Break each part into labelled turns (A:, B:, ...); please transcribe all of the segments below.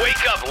A: Wake up,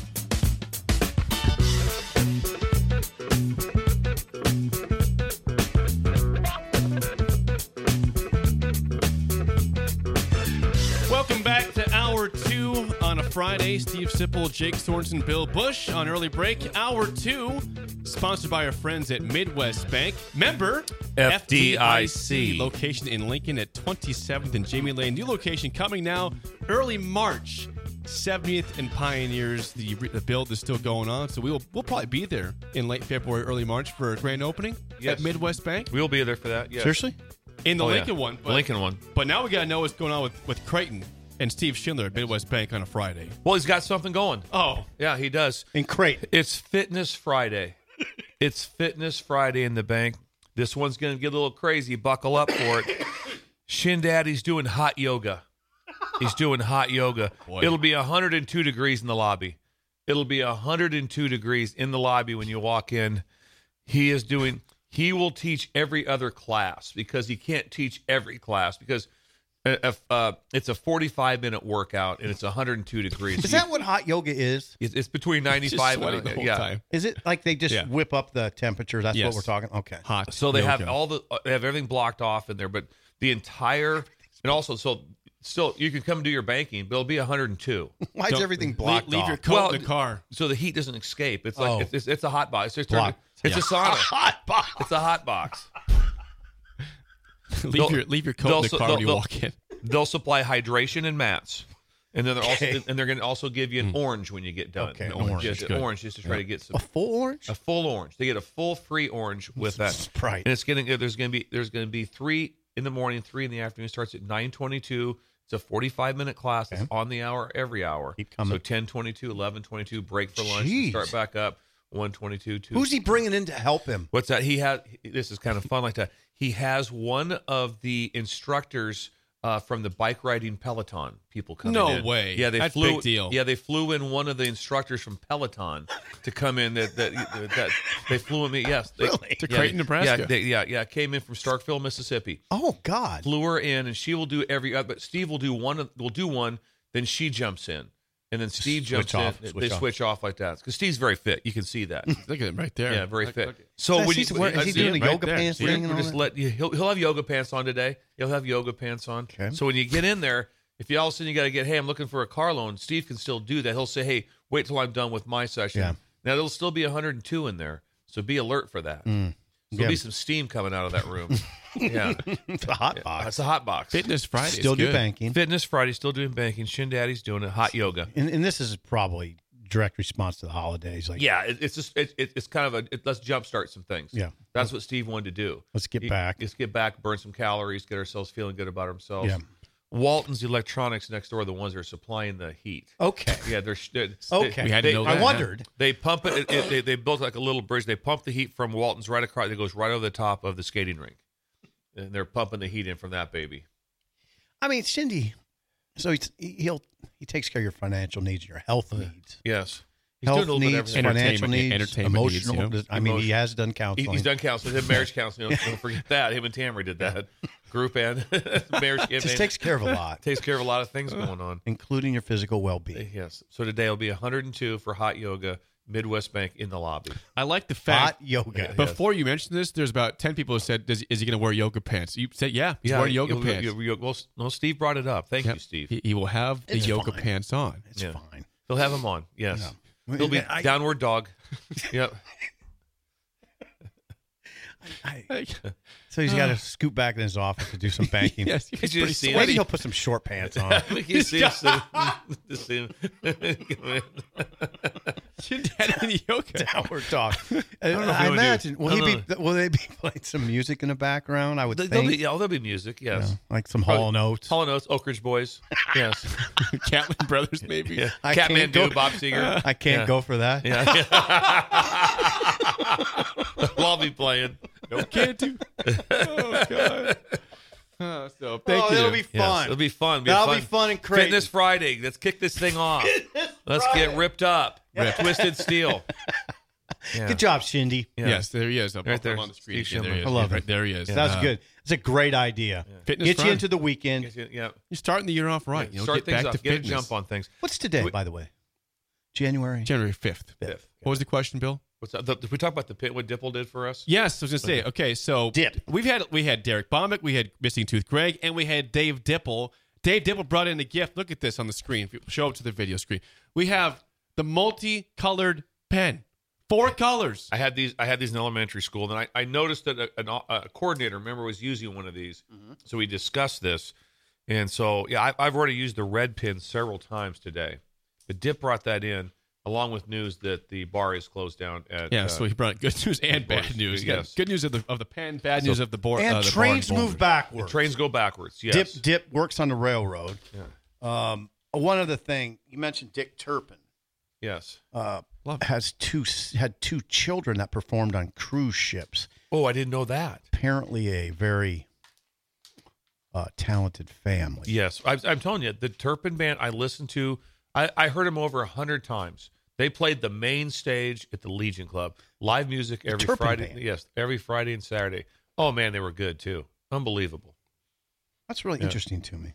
B: Welcome back to hour two on a Friday. Steve Sipple, Jake Sorensen, Bill Bush on early break. Hour two, sponsored by our friends at Midwest Bank. Member
C: FDIC.
B: Location in Lincoln at 27th and Jamie Lane. New location coming now early March. 70th and Pioneers. The, the build is still going on, so we will we'll probably be there in late February, early March for a grand opening
C: Yes.
B: at Midwest Bank.
C: We'll be there for that. Yes.
D: Seriously?
B: In the
C: Oh, yeah.
B: Lincoln one,
C: The Lincoln one.
B: But now we gotta know what's going on with, with Creighton and Steve Schindler at Midwest Bank on a Friday.
C: Well, he's got something going.
B: Oh,
C: Yeah, he does.
D: And Creighton.
C: It's Fitness Friday. it's Fitness Friday in the bank. This one's going to get a little crazy. Buckle up for it. Shin Daddy's doing hot yoga. He's doing hot yoga.
B: Boy.
C: It'll be 102 degrees in the lobby. It'll be 102 degrees in the lobby when you walk in. He is doing, he will teach every other class because he can't teach every class because uh, if, uh, it's a 45 minute workout and it's 102 degrees.
D: Is that what hot yoga is?
C: It's, it's between
B: just
C: 95
B: sweating
C: and
B: the whole
C: yeah.
B: time.
D: Is it like they just
B: Yeah.
D: whip up the temperature? That's
B: Yes.
D: what we're talking. Okay.
B: Hot.
C: So they have
B: yoga.
C: all the uh, they have everything blocked off in there, but the entire and also so still you can come do your banking, but it'll be 102.
D: Why is
B: Don't-
D: everything
B: leave-
D: blocked
B: Leave, your
D: off?
B: coat
C: Well,
B: in the car.
C: So the heat doesn't escape. It's like
D: Oh.
C: it's, it's, it's a hot box. It's, just turned,
D: Blocked.
C: it's a sauna.
D: hot box.
C: It's a hot box.
B: leave
C: they'll-
B: your leave your
C: they'll
B: coat in
C: so-
B: the car when
C: they'll-
B: you
C: they'll-
B: walk in.
C: They'll supply hydration and mats. And then they're also
D: Okay. Hmm.
C: and they're going to also give you an orange when you get done.
D: Okay,
C: An
B: orange
C: just
B: is good.
C: orange just to try to get some
D: A full orange?
C: a full orange. They get a full free orange with that.
D: Sprite.
C: And it's getting uh, there's gonna be there's gonna be three in the morning, three in the afternoon. Starts at nine twenty two. It's a forty five minute class. It's on the hour every hour.
D: Keep coming.
C: So 10, 22, 11, 22, break for lunch, and
D: Jeez.
C: start back up. 122, 2.
D: Who's he bringing in to help him?
C: What's that? He has this is kind of fun like that. He has one of the instructors uh, from the bike riding Peloton people coming
B: No
C: in.
B: way.
C: Yeah, they
B: That's
C: flew.
B: big deal.
C: Yeah, they flew in one of the instructors from Peloton to come in. That that, that they flew him. in- Yes, they,
D: Really?
B: To
C: yeah,
B: Creighton,
C: they-
B: Nebraska.
C: Yeah, they, yeah, yeah. Came in from Starkville, Mississippi.
D: Oh, God.
C: Flew her in, and she will do every. other But Steve will do one. of- Will do one. Then she jumps in, and then Steve jumps
D: Switch off,
C: in.
D: switch
C: they
D: off.
C: switch off like that because Steve's very fit. You can see that.
B: Look at him right there.
C: Yeah, very
B: Look-
C: fit.
B: look at-
C: So
D: That's-
C: when you,
D: he's wearing-
C: I
D: is he
C: see
D: doing
C: it
D: the
B: right
D: yoga
B: there.
D: pants
B: See it?
D: thing?
C: we're
D: and all
C: just
D: that?
C: let you. He'll, he'll have yoga pants on today. He'll have yoga pants on.
D: Okay.
C: So when you get in there, if you all of a sudden you got to get, hey, I'm looking for a car loan. Steve can still do that. He'll say, hey, wait till I'm done with my session.
D: Yeah.
C: Now there'll still be 102 in there, so be alert for that. So There'll
D: Mm. Yeah.
C: be some steam coming out of that room. yeah, uh,
D: It's a hot box.
C: it's a hot box.
B: Fitness Friday. is
D: Still do
B: good.
D: banking.
C: Fitness Friday still doing banking. Shin Daddy's doing it. Hot yoga.
D: And, and this is probably direct response to the holidays. Like,
C: Yeah, it, it's just it, it, it's kind of a it, let's jumpstart some things.
D: Yeah.
C: that's what Steve wanted to do.
D: Let's get
C: Y-
D: back.
C: Let's get back, burn some calories, get ourselves feeling good about ourselves.
D: Yeah.
C: Walton's Electronics next door are the ones that are supplying the heat.
D: Okay.
C: Yeah, they're, sh- they're
D: Oh. Okay.
B: We had to know
D: I
B: that.
D: wondered.
C: They pump it. it, it- they, they built like a little bridge. They pump the heat from Walton's right across. That goes right over the top of the skating rink, and they're pumping the heat in from that baby.
D: I mean, Cindy. So he's, he- he'll he takes care of your financial needs, your health needs,
C: Yes, he's
D: health
C: doing a little bit of
D: needs,
C: everything.
D: financial
B: Entertainment-
D: needs,
B: entertainment needs,
D: emotional.
B: you know.
D: I mean, he
C: Emotion-
D: has done
C: He-
D: counseling.
C: he's done counseling. He's done marriage counseling. Don't, don't forget that. Him and Tammy did that. Group and marriage.
D: Just takes care of a lot,
C: takes care of a lot of things going on.
D: including your physical well being.
C: Yes. So today will be 102 for hot yoga. Midwest Bank in the lobby.
B: I like the fact
D: Hot yoga.
B: Before you mentioned this, there's about ten people who said, Does, "Is he going to wear yoga pants?" You said, "Yeah, he's wearing yoga
C: you'll-
B: pants."
C: you'll- you'll- well, s- no, Steve brought it up. Thank
B: Yep.
C: you, Steve.
B: He, he will have the
D: It's
B: yoga
D: fine.
B: pants on.
D: It's
C: Yeah.
D: fine.
C: He'll have him on. Yes,
D: Yeah.
C: he'll be
D: I-
C: downward dog. yep.
D: I-
B: yes,
D: so he's got to scoot back in his office to do some banking.
B: he's
C: Could you
B: pretty
C: see
D: Maybe
B: sweaty.
D: he'll put some short pants on.
C: We can see him. sitting- just see him. Come in.
B: Your dad in yoga.
D: Downward dog. I,
C: know if he would do-
D: imagine. Will
C: I
D: he
C: don't
D: be? Will they be playing some music in the background? I would
C: There'll
D: think.
C: be, yeah, there'll be music.
D: You
C: Yes.
D: know, like some Hall Notes.
C: Hall and Oates, Oak Ridge Boys. Yes.
B: Catlin Brothers, maybe.
C: Yeah.
D: I
C: Catman
D: can't go-
C: Dude, Bob Seger.
D: I can't
C: Yeah.
D: go for that.
C: I'll be playing.
B: No, can't do. Oh God. Oh, so thank
D: Oh,
B: you.
D: it'll be
C: Yes,
D: fun.
C: It'll be fun. It'll a
D: That'll be fun and crazy.
C: Fitness Friday. Let's kick this thing off. Let's get ripped up. Twisted Steel. Yeah.
D: Good job, Shindy.
C: Yeah.
B: Yes, there he is. I'll
C: Right
B: put him
C: there,
B: on the screen.
C: Steve
B: Yeah, there he
C: Schindler.
B: is.
D: I love
B: Yeah,
D: it.
B: There he is.
D: That's
B: Uh,
D: good. It's a great idea.
B: Fitness
D: Get you
B: Friday.
D: into the weekend.
C: Yeah.
B: You're starting the year off right. You know,
C: Start
B: get
C: things
B: back
C: up.
B: to
C: get a
B: fitness.
C: jump on things.
D: What's today, by the way? January.
B: January fifth.
C: Fifth.
B: What was the question, Bill?
C: What's up? The- did we talk about the pit? What Dipple did for us?
B: Yes, I was gonna say. Okay, so
D: Dip.
B: We've had we had Derek Bombick, we had Missing Tooth Greg, and we had Dave Dipple. Dave Dipple brought in a gift. Look at this on the screen. If you show up to the video screen, we have the multicolored pen, four colors.
C: I had these. I had these in elementary school, and I, I noticed that a, an, a coordinator member was using one of these. So we discussed this, and so yeah, I, I've already used the red pin several times today. But Dip brought that in along with news that the bar is closed down at
B: Yeah,
C: uh,
B: so he brought good news and
C: bars.
B: bad news.
C: Yes.
B: Yes. Good news of the of the pen, bad news of the board.
D: And
B: uh, the bar
D: trains
B: in Boulder.
D: move backwards.
C: trains go backwards. Yes,
D: Dip Dip works on the railroad. Um, one other thing you mentioned, Dick Turpin
C: yes.
D: uh,
B: Love it.
D: has two had two children that performed on cruise ships.
C: Oh, I didn't know that.
D: Apparently, a very uh, talented family.
C: Yes, I, I'm telling you, the Turpin Band I listened to, I, I heard them over a hundred times. They played the main stage at the Legion Club, live music every
D: Turpin
C: Friday.
D: Band.
C: Yes, every Friday and Saturday. Oh man, they were good too. Unbelievable.
D: That's really
C: Yeah.
D: interesting to me.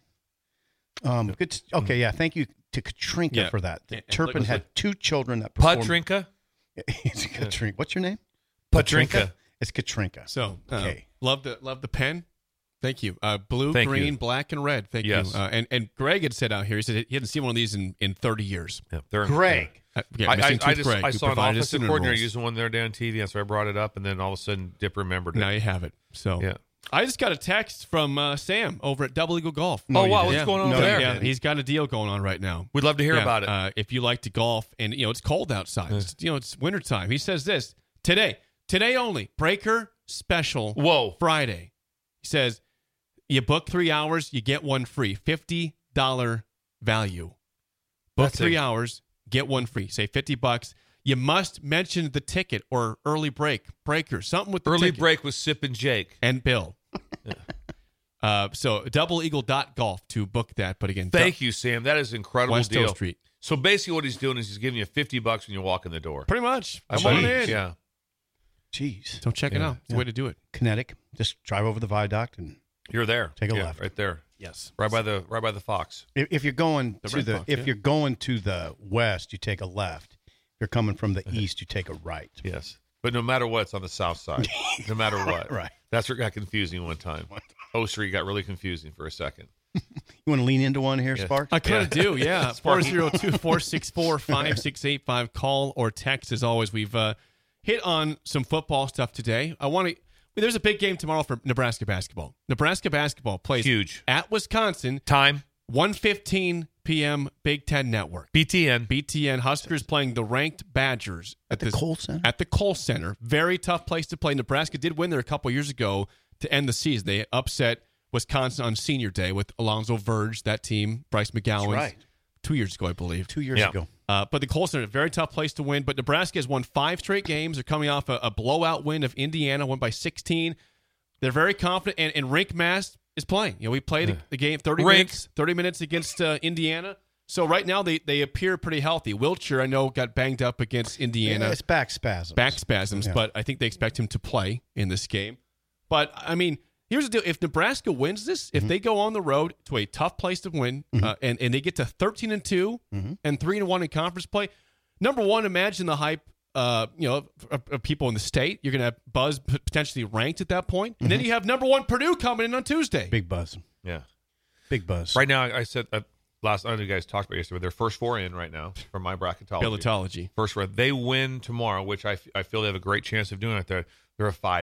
D: Um, good. s- Okay, yeah. Thank you to Katrinka
B: Yeah.
D: for that.
B: And- and
D: Turpin
B: look-
D: had two children that performed.
C: Patrinka,
D: it's Katrinka. What's your name?
C: Patrinka.
D: It's Katrinka.
B: So uh,
D: Okay.
B: love the love the pen. Thank you. Uh, blue,
C: Thank
B: green,
C: you.
B: black, and red. Thank
C: Yes.
B: you. Uh, and and Greg had said out here. He said he hadn't seen one of these in in thirty years.
C: Yeah, they're
D: Greg.
B: Uh,
C: yeah.
B: yeah,
C: I,
B: Missing
C: I,
B: Tooth
C: I just
B: Greg,
C: I
B: who
C: saw an
B: provided us
C: offensive
B: cinnamon
C: coordinator
B: rolls.
C: using one there down on TV, and so I brought it up, and then all of a sudden Dip remembered it.
B: Now you have it. So
C: Yeah.
B: I just got a text from uh, Sam over at Double Eagle Golf.
D: No,
C: oh
D: you
C: wow,
D: didn't.
C: what's
B: yeah.
C: going on
D: No,
C: over
D: you
C: there?
B: Yeah, he's got a deal going on right now.
C: We'd love to hear
B: Yeah,
C: about it.
B: Uh, if you like to golf and you know it's cold outside, it's, you know it's wintertime. He says this today, today only breaker special.
C: Whoa.
B: Friday. He says you book three hours, you get one free, fifty dollar value. Book
C: That's
B: three
C: a-
B: hours, get one free. Say fifty bucks. You must mention the ticket or early break breaker, something with the
C: Early
B: ticket
C: break with Sip and Jake.
B: and Bill. uh, so double eagle dot golf to book that. But again,
C: Thank you, Sam. That is an incredible
B: West Hill
C: deal.
B: Street.
C: So basically, what he's doing is he's giving you fifty bucks when you walk in the door.
B: Pretty much.
C: I
B: Come on
C: believe.
B: in.
C: Yeah.
D: Jeez.
B: So check it
C: Yeah.
B: out. It's the way to do it.
D: Kinetic. Just drive over the viaduct and
C: You're there.
D: Take a
C: Yeah,
D: left.
C: Right there.
B: Yes.
C: Right by the right by the fox.
D: If, if you're going
B: The
D: to
B: Red
D: the
B: Fox,
D: if
B: yeah.
D: you're going to the west, you take a left. If you're coming from the east, you take a right.
C: Yes. But no matter what, it's on the south side. no matter what.
D: Right.
C: That's what got confusing one time. O Street got really confusing for a second.
D: You want to lean into one here,
C: Yeah.
D: Spark?
B: I kind of
C: Yeah.
B: do, yeah.
C: Sparky.
B: 402 464 5685. Call or text as always. We've uh, hit on some football stuff today. I want to. There's a big game tomorrow for Nebraska basketball. Nebraska basketball plays
C: Huge.
B: at Wisconsin,
C: Time.
B: 1.15 p.m. Big Ten Network.
C: BTN.
B: BTN Huskers playing the ranked Badgers
D: At the
B: this-
D: Kohl Center?
B: At the Cole Center, very tough place to play. Nebraska did win there a couple years ago to end the season. They upset Wisconsin on Senior Day with Alonzo Verge, that team, Bryce McGowan,
D: right.
B: two years ago, I believe.
D: Two years
C: Yeah.
D: ago.
B: Uh, but the Colts are a very tough place to win. But Nebraska has won five straight games. They're coming off a, a blowout win of Indiana, won by 16. They're very confident. And, and Rink Mass is playing. You know, we played the, the game 30
C: Rink.
B: minutes, 30 minutes against uh, Indiana. So right now they, they appear pretty healthy. Wiltshire, I know, got banged up against Indiana
D: Yeah, it's back spasms.
B: back spasms,
D: Yeah.
B: but I think they expect him to play in this game. But I mean, here's the deal: if Nebraska wins this,
D: Mm-hmm.
B: if they go on the road to a
D: Mm-hmm.
B: tough place to win, uh, and and they get to thirteen and 2 and three and one in conference play, number one, imagine the hype. Uh, you know, of, of people in the state, you're gonna have Buzz p- potentially ranked at that point, and then you have number one Purdue coming in on Tuesday.
D: Mm-hmm. Big buzz.
C: Yeah.
D: Big buzz.
C: Right now, I I said uh, last I don't know if you guys talked about yesterday, but they're first four in right now from my bracketology.
B: Billetology.
C: First four. They win tomorrow, which I, f- I feel they have a great chance of doing it. They're, they're a five.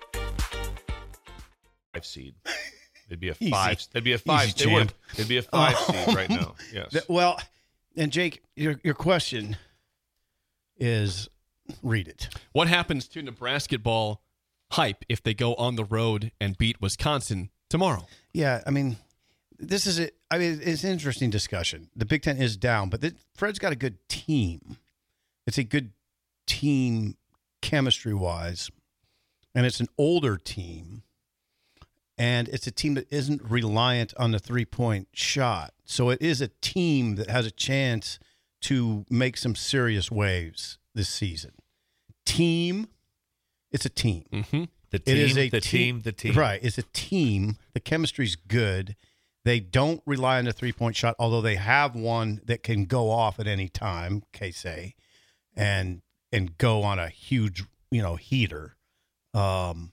C: five seed. It'd be a
D: Easy.
C: five. It'd be a five.
D: Easy
C: they would.
D: champ.
C: It'd be a five
B: Oh.
C: seed right now. Yes.
D: Th- well, and Jake, your your question is read it.
B: What happens to Nebraska ball hype if they go on the road and beat Wisconsin tomorrow?
D: Yeah, I mean, this is it. I mean, it's an interesting discussion. The Big Ten is down, but the, Fred's got a good team. It's a good team chemistry wise, and it's an older team, and it's a team that isn't reliant on the three point shot. So it is a team that has a chance to make some serious waves this season. Team, it's a team.
B: Mm-hmm.
C: the
D: It is a
C: the team. The team.
D: Right. It's a team. The chemistry's good. They don't rely on the three point shot, although they have one that can go off at any time, Casey, and and go on a huge, you know, heater. Um,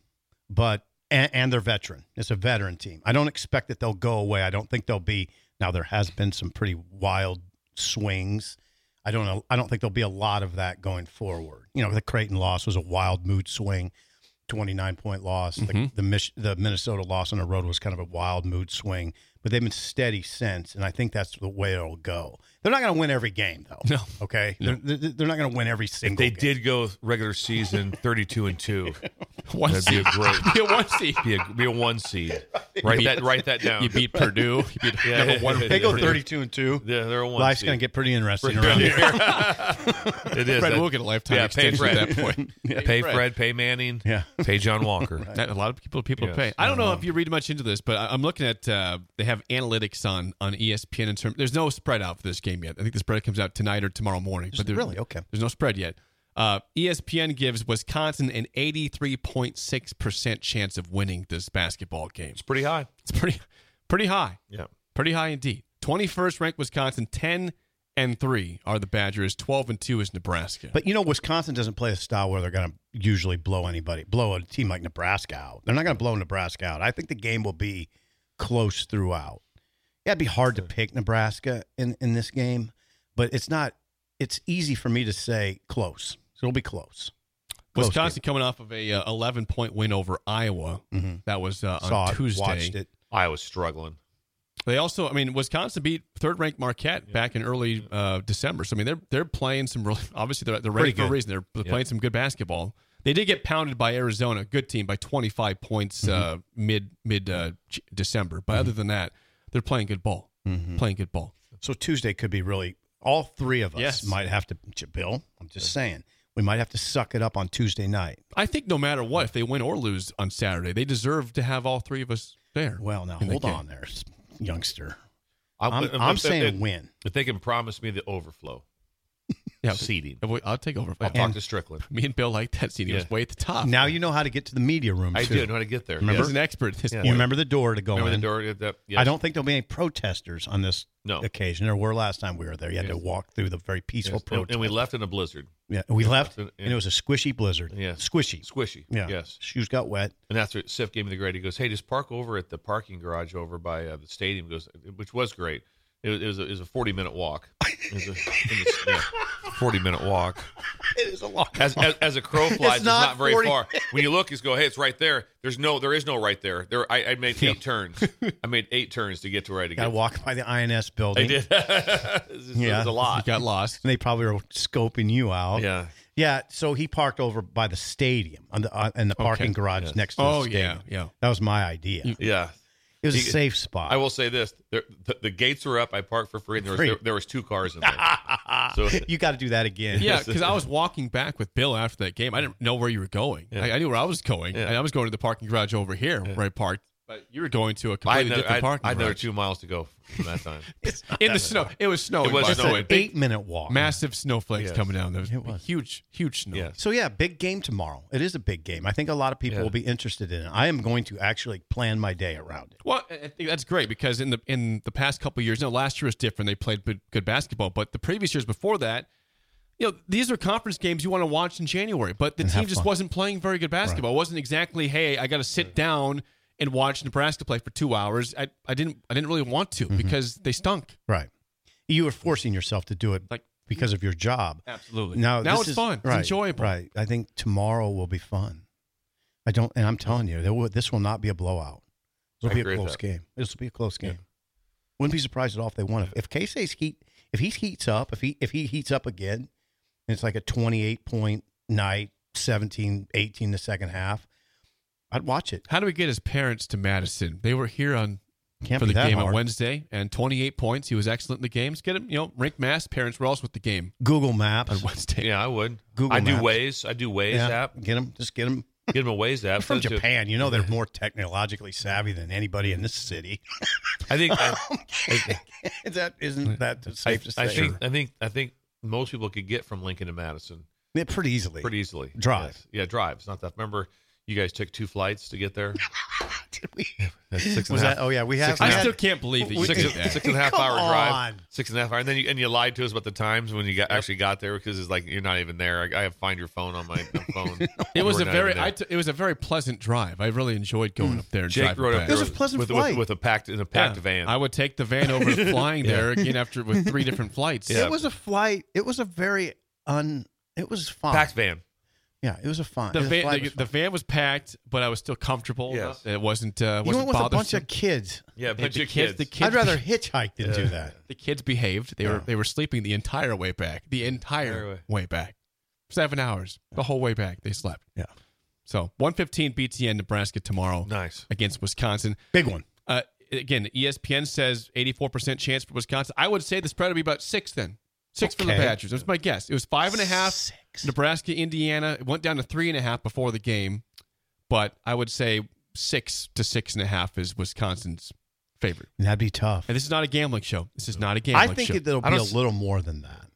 D: but and, and they're veteran. It's a veteran team. I don't expect that they'll go away. I don't think they'll be. Now there has been some pretty wild swings. I don't know. I don't think there'll be a lot of that going forward. You know, the Creighton loss was a wild mood swing, twenty nine point loss.
C: Mm-hmm.
D: The, the Mich- the Minnesota loss on the road was kind of a wild mood swing, but they've been steady since, and I think that's the way it'll go. They're not going to win every game though.
B: No.
D: Okay. They're, they're they're not going to win every single.
C: They
D: game.
C: did go regular season thirty-two and two.
B: One
C: That'd be a
B: seed.
C: great.
B: Be a one seed.
C: Be a, be a one seed. Write that. Write that down.
B: You beat Purdue. You beat
C: Yeah.
B: number one.
C: They go
B: Purdue.
C: 30
D: two and two.
C: Yeah, they're a one.
D: Life's
C: seed.
D: going to get pretty interesting
C: Pretty
D: around here.
C: It is.
B: Fred
C: That-
B: will get a lifetime
C: yeah, pay
B: extension at
C: Fred.
B: that point.
C: Pay Fred. Pay Manning.
D: Yeah.
C: Pay John Walker.
B: That- a lot of people people
C: Yes.
B: pay. I don't know if you read much into this, but I, I'm looking at uh, they have analytics on on E ESPN in terms. There's no spread out for this game yet. I think the spread comes out tonight or tomorrow morning. But there-
D: Really? Okay.
B: There's no spread yet. Uh, ESPN gives Wisconsin an 83.6 percent chance of winning this basketball game.
C: It's pretty high.
B: It's pretty pretty high.
C: Yeah.
B: Pretty high indeed. 21st ranked Wisconsin, 10 and 3 are the Badgers, 12 and 2 is Nebraska.
D: But you know, Wisconsin doesn't play a style where they're going to usually blow anybody, blow a team like Nebraska out. They're not going to blow Nebraska out. I think the game will be close throughout. Yeah, it'd be hard to pick Nebraska in in this game, but it's not. It's easy for me to say close. So it'll be close. Close
B: Wisconsin coming off of a uh, 11 point win over Iowa.
D: Mhm.
B: That was uh, on
D: Saw it,
B: Tuesday.
D: watched it.
C: I was struggling.
B: They also, I mean, Wisconsin beat third ranked Marquette back in early uh, December. So I mean, they're they're playing some really obviously they're they're ready
C: Pretty
B: for a
C: good.
B: reason. They're, they're playing some good basketball. They did get pounded by Arizona, good team by 25 points
D: Mm-hmm.
B: uh, mid mid uh, J- December. But other than that, they're playing good ball.
D: Mm-hmm.
B: Playing good ball.
D: So Tuesday could be really all three of us
B: Yes.
D: might have to. Bill, I'm just saying we might have to suck it up on Tuesday night.
B: I think no matter what, if they win or lose on Saturday, they deserve to have all three of us there.
D: Well, now
B: in the
D: hold
B: game.
D: on, there, youngster.
C: I-
D: I'm,
C: if-
D: I'm
C: if-
D: saying
C: if-
D: win.
C: If they can promise me the overflow,
B: Yeah,
C: seating.
B: we- I'll take over.
C: I'll talk
D: And-
C: to Strickland.
B: Me and Bill like that scene. He was
C: Yeah.
B: way at the top.
D: Now you know how to get to the media room.
C: I
D: too.
C: do know how to get there.
B: he's
C: Yes.
B: an expert. at this
C: Yeah.
B: point.
D: You remember the door to go
C: Remember
D: in.
C: the door? That, yes.
D: I don't think there'll be any protesters on this
C: No.
D: occasion. There were last time we were there. You had to
C: Yes.
D: walk through the very peaceful
C: Yes. And,
D: protest.
C: and we left in a blizzard.
D: yeah, we left,
C: Yeah.
D: and it was a squishy blizzard.
C: Yeah.
D: squishy.
C: Squishy.
D: Yeah,
C: Yes.
D: Shoes got wet.
C: And that's what Sif gave me the grade. He goes, "Hey, just park over at the parking garage over by uh, the stadium." He goes, which was great. It was, it was, a, it was a forty minute walk. It was a, it was, yeah, forty minute walk.
D: It is a lot.
C: As, as, as a crow flies, it's
D: not
C: not, very
D: 40
C: far. When you look, you just go, "Hey, it's right there." There's no, there is no right there. There, I, I made eight turns. I made eight turns to get to where I had to
D: Got to
C: get.
D: walk by the INS building.
C: I did. It's just- it
D: Yeah.
C: was a
B: He
C: lot.
B: got lost.
D: And they probably were scoping you out.
C: Yeah.
D: Yeah, So he parked over by the stadium on the uh, in the parking garage
C: Yes.
D: next to the
B: Oh yeah,
D: stadium.
B: yeah.
D: That was my idea.
C: Yeah.
D: it was a
C: You-
D: safe spot.
C: I will say this: there, the, the gates were up. I parked for free, and there was
D: Free.
C: There, there was two cars in there. So
D: you got to do that again.
B: Yeah, because I was walking back with Bill after that game. I didn't know where you were going.
C: Yeah.
B: I, I knew where I was going.
C: Yeah.
B: I, I was going to the parking garage over here where I parked. But you were going
C: I
B: to a
C: had
B: completely
C: another,
B: different
C: I-
B: parking
C: I had another
B: garage.
C: two miles to go from that time.
B: In the snow. It was snowing.
C: It was
B: by the
D: It's
C: snowing.
B: way.
D: an
B: Big,
D: eight minute walk.
B: massive snowflakes
C: Yes.
B: coming down. There was,
D: It was.
B: huge, huge snow.
C: Yes.
D: So yeah, big game tomorrow. It is a big game. I think a lot of people
C: Yeah.
D: will be interested in it. I am going to actually plan my day around it.
B: Well, I I think that's great because in the in the past couple of years, no, last year was different. They played good, good basketball, but the previous years before that, you know, these are conference games you want to watch in January. But the
D: And
B: team
D: have
B: just
D: fun.
B: wasn't playing very good basketball. It wasn't exactly, hey, I got to sit down and watch Nebraska play for two hours. I, I didn't I didn't really want to
D: Mm-hmm.
B: because they stunk.
D: Right. You are forcing yourself to do it
B: Like-
D: because of your job.
B: Absolutely.
D: Now,
B: now
D: this
B: it's
D: is-
B: fun.
D: right,
B: It's enjoyable.
D: Right. I think tomorrow will be fun. I don't, and I'm telling you, there will, this will not be a blowout. This
C: I
D: will be a
C: agree with
D: close
C: that.
D: game. This will be a close
C: Yeah.
D: game. Wouldn't be surprised at all if they won. If, if Casey's heat, if he heats up, if he if he heats up again, and it's like a 28 point night, 17, 18 the second half, I'd watch it.
B: How do we get his parents to Madison? They were here on
D: Can't
B: for
D: be
B: the
D: that
B: game on
D: hard.
B: Wednesday and 28 points. He was excellent in the games. Get him, you know, rink mass. Parents were also with the game
D: Google Maps.
B: on Wednesday.
C: Yeah, I would.
D: Google
C: I do
D: Maps.
C: Waze. I do Waze
D: Yeah,
C: app.
D: Get them. Just get them.
C: Give them a Waze app.
D: From
C: Send it to-
D: Japan, you know they're more technologically savvy than anybody in this city.
C: I think. I, I-
D: Is that isn't that
C: I,
D: safe to say?
C: I think. I think. I think most people could get from Lincoln to Madison
D: Yeah, pretty easily.
C: pretty easily.
D: Drive.
C: Yes. Yeah, drive. It's not that. Remember, you guys took two flights to get there.
D: Did we-
C: That's six and
D: was
C: a half-
D: that? Oh yeah, we have.
C: and
B: I
C: a half-
B: still can't believe that you
C: six,
B: did that.
C: six and a half
D: Come
C: hour drive.
D: on.
C: Six and a half hour, and then you and you lied to us about the times when you got actually got there because it's like you're not even there. I, I have find your phone on my my phone.
B: It was
C: We're
B: a
C: not
B: very
C: even there.
B: I t- it was a very pleasant drive. I really enjoyed going up there and
C: Jake
B: driving
C: rode
B: back.
C: up there
D: Mm. It was a
C: with-
D: pleasant
C: with,
D: flight.
C: With, with a packed in a
B: Yeah.
C: packed van.
B: I would take the van over to flying there again after with three different flights.
C: Yeah.
D: It was a flight. It was a very un. It was fine.
C: packed van.
D: Yeah, it was a fine.
B: The
D: it was a
B: van,
D: flight
B: the,
D: was
B: the
D: fine.
B: van was packed, but I was still comfortable.
C: Yes.
B: It wasn't. Uh,
D: you
B: wasn't
D: went with a bunch
B: bothersome.
D: of kids.
C: Yeah, a
B: The
C: bunch of
B: kids-
C: kids.
B: the kids-
D: I'd rather hitchhike than do that.
B: the kids behaved. They were
D: Yeah.
B: they were sleeping the entire way back. The entire
C: Entire way.
B: way back, seven hours. The whole way back, they slept.
D: Yeah.
B: So one fifteen BTN Nebraska tomorrow
C: Nice.
B: against Wisconsin.
D: Big one.
B: Uh, again, ESPN says 84% chance for Wisconsin. I would say the spread would be about six then. Six for the
D: Okay.
B: Badgers. That's my guess. It was five and a half. Nebraska, Indiana. It went down to three and a half before the game, but I would say six to six and a half is Wisconsin's favorite.
D: And that'd be tough.
B: And this is not a gambling show. This is not a
D: I
B: gambling
D: think
B: show.
D: it, it'll
C: I
D: be a
C: don't s-
D: little more than that.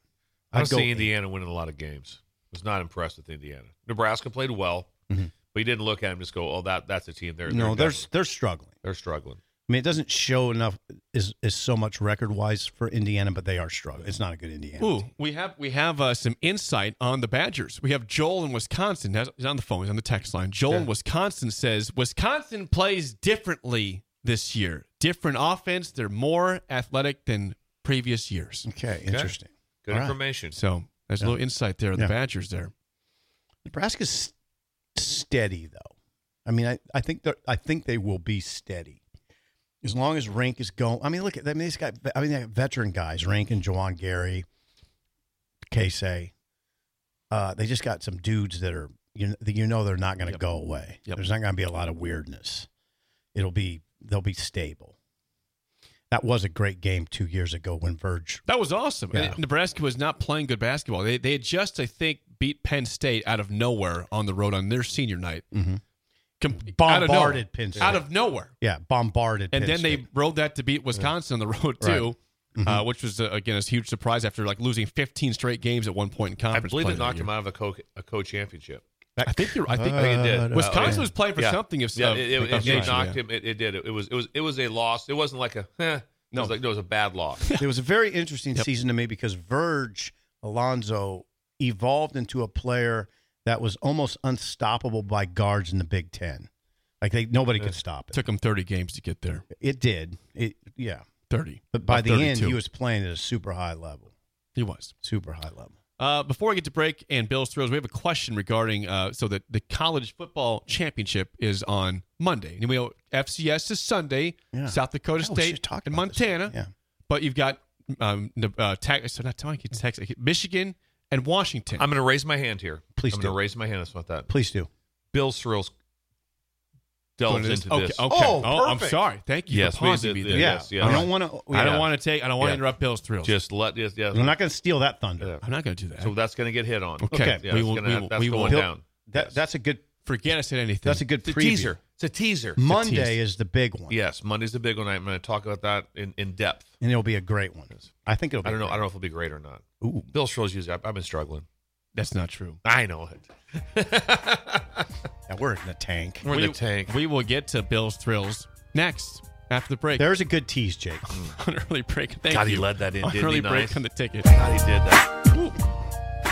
C: I don't
D: I'd go
C: see
D: eight.
C: Indiana winning a lot of games. Was not impressed with Indiana. Nebraska played well, but you didn't look at him and just go, "Oh, that that's a team." They're
D: No,
C: they're
D: they're
C: definitely-
D: they're struggling.
C: they're struggling.
D: I mean, it doesn't show enough is is so much record wise for Indiana, but they are struggling. It's not a good Indiana.
B: Ooh,
D: team.
B: we have we have uh, some insight on the Badgers. We have Joel in Wisconsin. Has- He's on the phone. He's on the text line. Joel in Wisconsin says Wisconsin plays differently this year. Different offense. They're more athletic than previous years.
D: Okay, interesting.
C: Good
D: All right.
C: information.
B: So there's a
D: Yeah.
B: little insight there. of The
D: Yeah.
B: Badgers there.
D: Nebraska's s- steady though. I mean, I, I think they're I think they will be steady as long as Rank is going. I mean, look at I mean, this guy. I mean, they got veteran guys, Rank and Jawan Gary, Casey. Uh, they just got some dudes that are you know, you know they're not going to
B: Yep.
D: go away.
B: Yep.
D: There's not going to be a lot of weirdness. It'll be they'll be stable. That was a great game two years ago when Verge
B: That was awesome. And
D: Yeah.
B: it- Nebraska was not playing good basketball. They they had just I think beat Penn State out of nowhere on the road on their senior night.
D: Mhm.
B: Com- out of nowhere.
D: bombarded Penn State.
B: out of nowhere.
D: yeah, bombarded.
B: and
D: Penn
B: then
D: State.
B: they rode that to beat Wisconsin on the road too,
D: Mm-hmm.
B: uh, which was uh, again a huge surprise after like losing 15 straight games at one point in
C: I
B: conference.
C: believe
B: play
C: it
B: that
C: knocked
B: year.
C: him out of a co a co championship.
B: I think you're. I think,
C: I think it did.
B: Wisconsin
C: Uh,
B: was playing for something. If
C: yeah,
B: of-
C: it, it,
B: of
C: it, it
B: nature,
C: knocked
B: yeah.
C: him. It, it did. It was it was it was a loss. It wasn't like a eh. no.
B: No.
C: It was like no, it was a bad loss.
D: it was a very interesting season to me because Verge Alonso evolved into a player that was almost unstoppable by guards in the Big Ten. Like they nobody could stop it.
B: Took him 30 games to get there.
D: It did. It yeah.
B: 30.
D: But by
B: Of
D: the end,
B: 32.
D: he was playing at a super high level.
B: He was.
D: Super high level.
B: Uh, before we get to break and Bill's throws, we have a question regarding uh, so that the college football championship is on Monday. And we know FCS is Sunday,
D: Yeah.
B: South Dakota
D: Yeah, we
B: State
D: should talk
B: and
D: about this.
B: Montana.
D: Yeah.
B: But you've got um, Ne- uh, Tex- so not Tech- Texas, Michigan and Washington.
C: Mm. I'm going to raise my hand here.
D: Please
C: I'm going
D: do.
C: to raise my hand. That's not that.
D: Please do.
C: Bill Srills delves
B: Going to
C: into
B: okay,
C: this.
B: Okay.
D: Oh,
B: I'm
D: perfect.
B: sorry. Thank you
C: Yes,
B: for
C: we did
B: pausing me
C: that.
B: there.
C: Yeah.
D: Yeah,
C: Yes, yeah.
D: I don't want to.
B: I don't want to take. I don't want
C: Yeah.
B: to interrupt Bill's thrills.
C: Just let yes, yes.
D: I'm not going to steal that thunder.
C: Yeah.
B: I'm not going to do that.
C: so that's going to get hit on.
B: Okay.
C: Yeah,
B: We
C: that's
B: will-
C: gonna
B: we
C: have-
B: will-
C: that's
B: we will-
C: going
D: Bill,
C: down.
D: That
C: Yes.
D: that's a good.
B: Forget I said anything.
D: That's a good
C: It's a
D: preview.
C: teaser. It's a teaser.
D: Monday is the big one.
C: Yes, Monday's the big one. I'm going to talk about that in, in depth.
D: and it'll be a great one. I think it'll. Be
C: I don't know. I
D: great.
C: don't know if it'll be great or not.
D: Ooh.
C: Bill Shrill's usually. I've, I've been struggling.
B: That's not true.
C: I know it.
D: Yeah, we're in the tank.
C: We're in
B: we,
C: the tank.
B: We will get to Bill's thrills next after the break.
D: There's a good tease, Jake.
B: on early break. Thank
C: God, he
B: you.
C: led that in,
B: On
C: didn't he?
B: early break
C: Nice.
B: on the ticket.
C: God, he did that.